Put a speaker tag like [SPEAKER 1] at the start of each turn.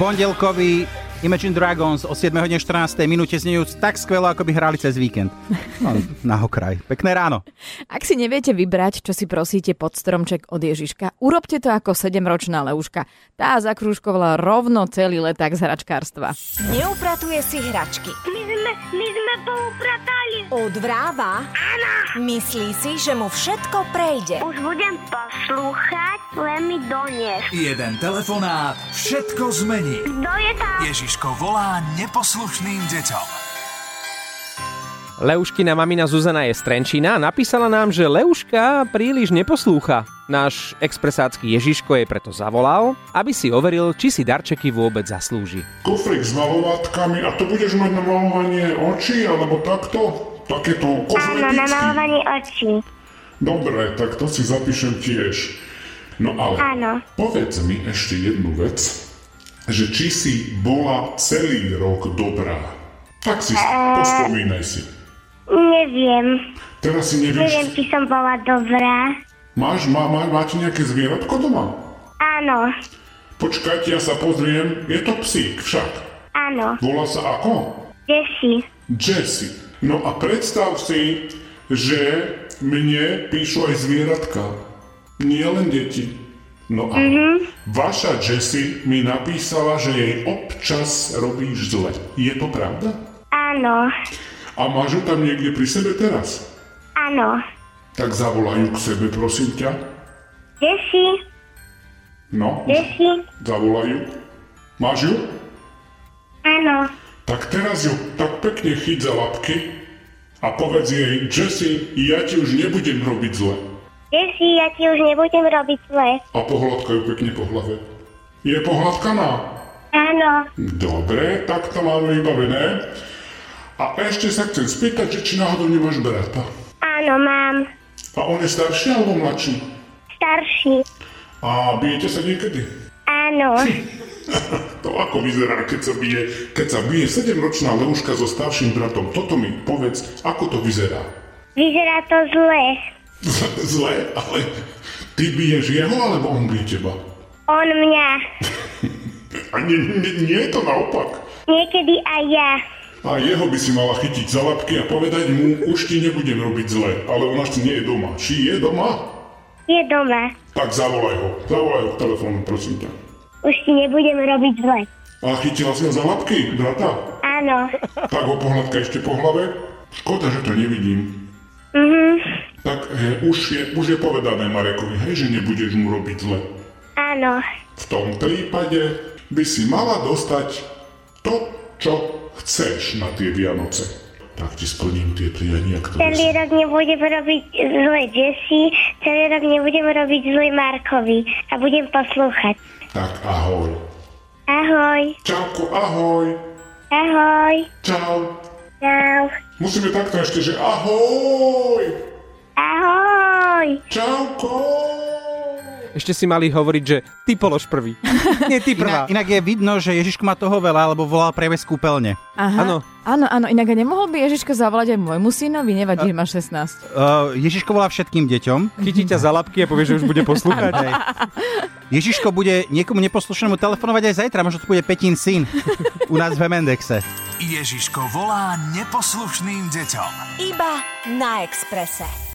[SPEAKER 1] pondelkový Imagine Dragons o 7.14 minúte znejú tak skvelo, ako by hrali cez víkend. No, na okraj. Pekné ráno.
[SPEAKER 2] Ak si neviete vybrať, čo si prosíte pod stromček od Ježiška, urobte to ako 7-ročná Leuška. Tá zakrúžkovala rovno celý leták z hračkárstva.
[SPEAKER 3] Neupratuje si hračky.
[SPEAKER 4] My sme, my sme poupratali.
[SPEAKER 3] Odvráva.
[SPEAKER 4] Áno,
[SPEAKER 3] Myslí si, že mu všetko prejde.
[SPEAKER 4] už budem poslúchať, len mi donies.
[SPEAKER 5] Jeden telefonát všetko zmení.
[SPEAKER 4] Kto je tam?
[SPEAKER 5] Ježiško volá neposlušným deťom.
[SPEAKER 6] Leuškina mamina Zuzana je z Trenčína a napísala nám, že Leuška príliš neposlúcha. Náš expresácky Ježiško jej preto zavolal, aby si overil, či si darčeky vôbec zaslúži.
[SPEAKER 7] Kufrík s malovatkami a to budeš mať na malovanie očí alebo takto?
[SPEAKER 4] Áno,
[SPEAKER 7] Takéto
[SPEAKER 4] na
[SPEAKER 7] kozmetické.
[SPEAKER 4] malovanie očí.
[SPEAKER 7] Dobre, tak to si zapíšem tiež. No ale
[SPEAKER 4] Áno.
[SPEAKER 7] povedz mi ešte jednu vec, že či si bola celý rok dobrá. Tak si,
[SPEAKER 4] E,
[SPEAKER 7] pospomínaj si.
[SPEAKER 4] Neviem.
[SPEAKER 7] Teraz si
[SPEAKER 4] Neviem,
[SPEAKER 7] nevieš,
[SPEAKER 4] či som bola dobrá.
[SPEAKER 7] máš, má, má, máte nejaké zvieratko doma?
[SPEAKER 4] Áno,
[SPEAKER 7] Počkajte, ja sa pozriem, je to psík však.
[SPEAKER 4] áno.
[SPEAKER 7] Volá sa ako?
[SPEAKER 4] Kde si?
[SPEAKER 7] Jesse. No a predstav si, že mne píšu aj zvieratka. Nie len deti. No a vaša Jessie mi napísala, že jej občas robíš zle. Je to pravda?
[SPEAKER 4] Áno,
[SPEAKER 7] A máš ju tam niekde pri sebe teraz?
[SPEAKER 4] áno.
[SPEAKER 7] Tak zavolaj ju k sebe, prosím ťa.
[SPEAKER 4] Kde si?
[SPEAKER 7] No,
[SPEAKER 4] Kde si?
[SPEAKER 7] zavolaj ju. Máš ju?
[SPEAKER 4] Áno,
[SPEAKER 7] Tak teraz ju tak pekne chyť za labky a povedz jej, Jessie, ja ti už nebudem robiť zle.
[SPEAKER 4] kde si? Ja ti už nebudem robiť zle.
[SPEAKER 7] a pohľadkajú pekne po hlave. Je pohľadkaná?
[SPEAKER 4] Áno,
[SPEAKER 7] Dobre, tak to máme vybavené. A ešte sa chcem spýtať, že či náhodou nemáš brata.
[SPEAKER 4] áno, mám.
[SPEAKER 7] A on je starší alebo mladší?
[SPEAKER 4] Starší.
[SPEAKER 7] A bijete sa niekedy?
[SPEAKER 4] Áno,
[SPEAKER 7] To ako vyzerá, keď sa bije, keď sa bije 7-ročná leuška so starším bratom. Toto mi povedz, ako to vyzerá.
[SPEAKER 4] vyzerá to zle.
[SPEAKER 7] Zle, ale ty biješ jeho, alebo on bije teba?
[SPEAKER 4] On mňa.
[SPEAKER 7] A nie, nie, nie je to naopak.
[SPEAKER 4] Niekedy aj ja.
[SPEAKER 7] A jeho by si mala chytiť za labky a povedať mu, už ti nebudem robiť zle, ale ona ešte nie je doma. Či je doma?
[SPEAKER 4] Je doma.
[SPEAKER 7] Tak zavolaj ho. Zavolaj ho k telefónu, prosím ťa.
[SPEAKER 4] Už ti nebudem robiť zle.
[SPEAKER 7] A chytila si ho za labky, brata?
[SPEAKER 4] Áno.
[SPEAKER 7] Tak ho pohľadka ešte po hlave. Škoda, že to nevidím.
[SPEAKER 4] Mhm.
[SPEAKER 7] Tak he, už, je, už je povedané Marekovi, hej, že nebudeš mu robiť zle.
[SPEAKER 4] Áno.
[SPEAKER 7] V tom prípade by si mala dostať to, čo chceš na tie Vianoce. Tak ti splním tie priania, ktoré si...
[SPEAKER 4] Celý rok nebudem robiť zle Jesse, celý rok nebudem robiť zle Markovi a budem poslúchať.
[SPEAKER 7] Tak ahoj.
[SPEAKER 4] Ahoj.
[SPEAKER 7] Čauko, ahoj.
[SPEAKER 4] Ahoj.
[SPEAKER 7] Čau.
[SPEAKER 4] Čau.
[SPEAKER 7] Musíme takto ešte, že ahoj.
[SPEAKER 4] Ahoj.
[SPEAKER 7] Čauko.
[SPEAKER 6] Ešte si mali hovoriť, že ty polož prvý. Nie, ty prvá.
[SPEAKER 1] Inak, inak je vidno, že Ježiško má toho veľa, lebo volal prevez kúpeľne.
[SPEAKER 2] Aha.
[SPEAKER 6] Áno.
[SPEAKER 2] Áno, áno, inak a nemohol by Ježiško zavolať aj môjmu synovi, nevadí, že máš 16.
[SPEAKER 1] Uh, Ježiško volá všetkým deťom.
[SPEAKER 6] Chytí ťa za labky a povie, že už bude poslúchať.
[SPEAKER 1] Hej. Ježiško bude niekomu neposlušnému telefonovať aj zajtra, možno to bude Petín syn u nás v Mendexe.
[SPEAKER 5] Ježiško volá neposlušným deťom.
[SPEAKER 3] Iba na Exprese.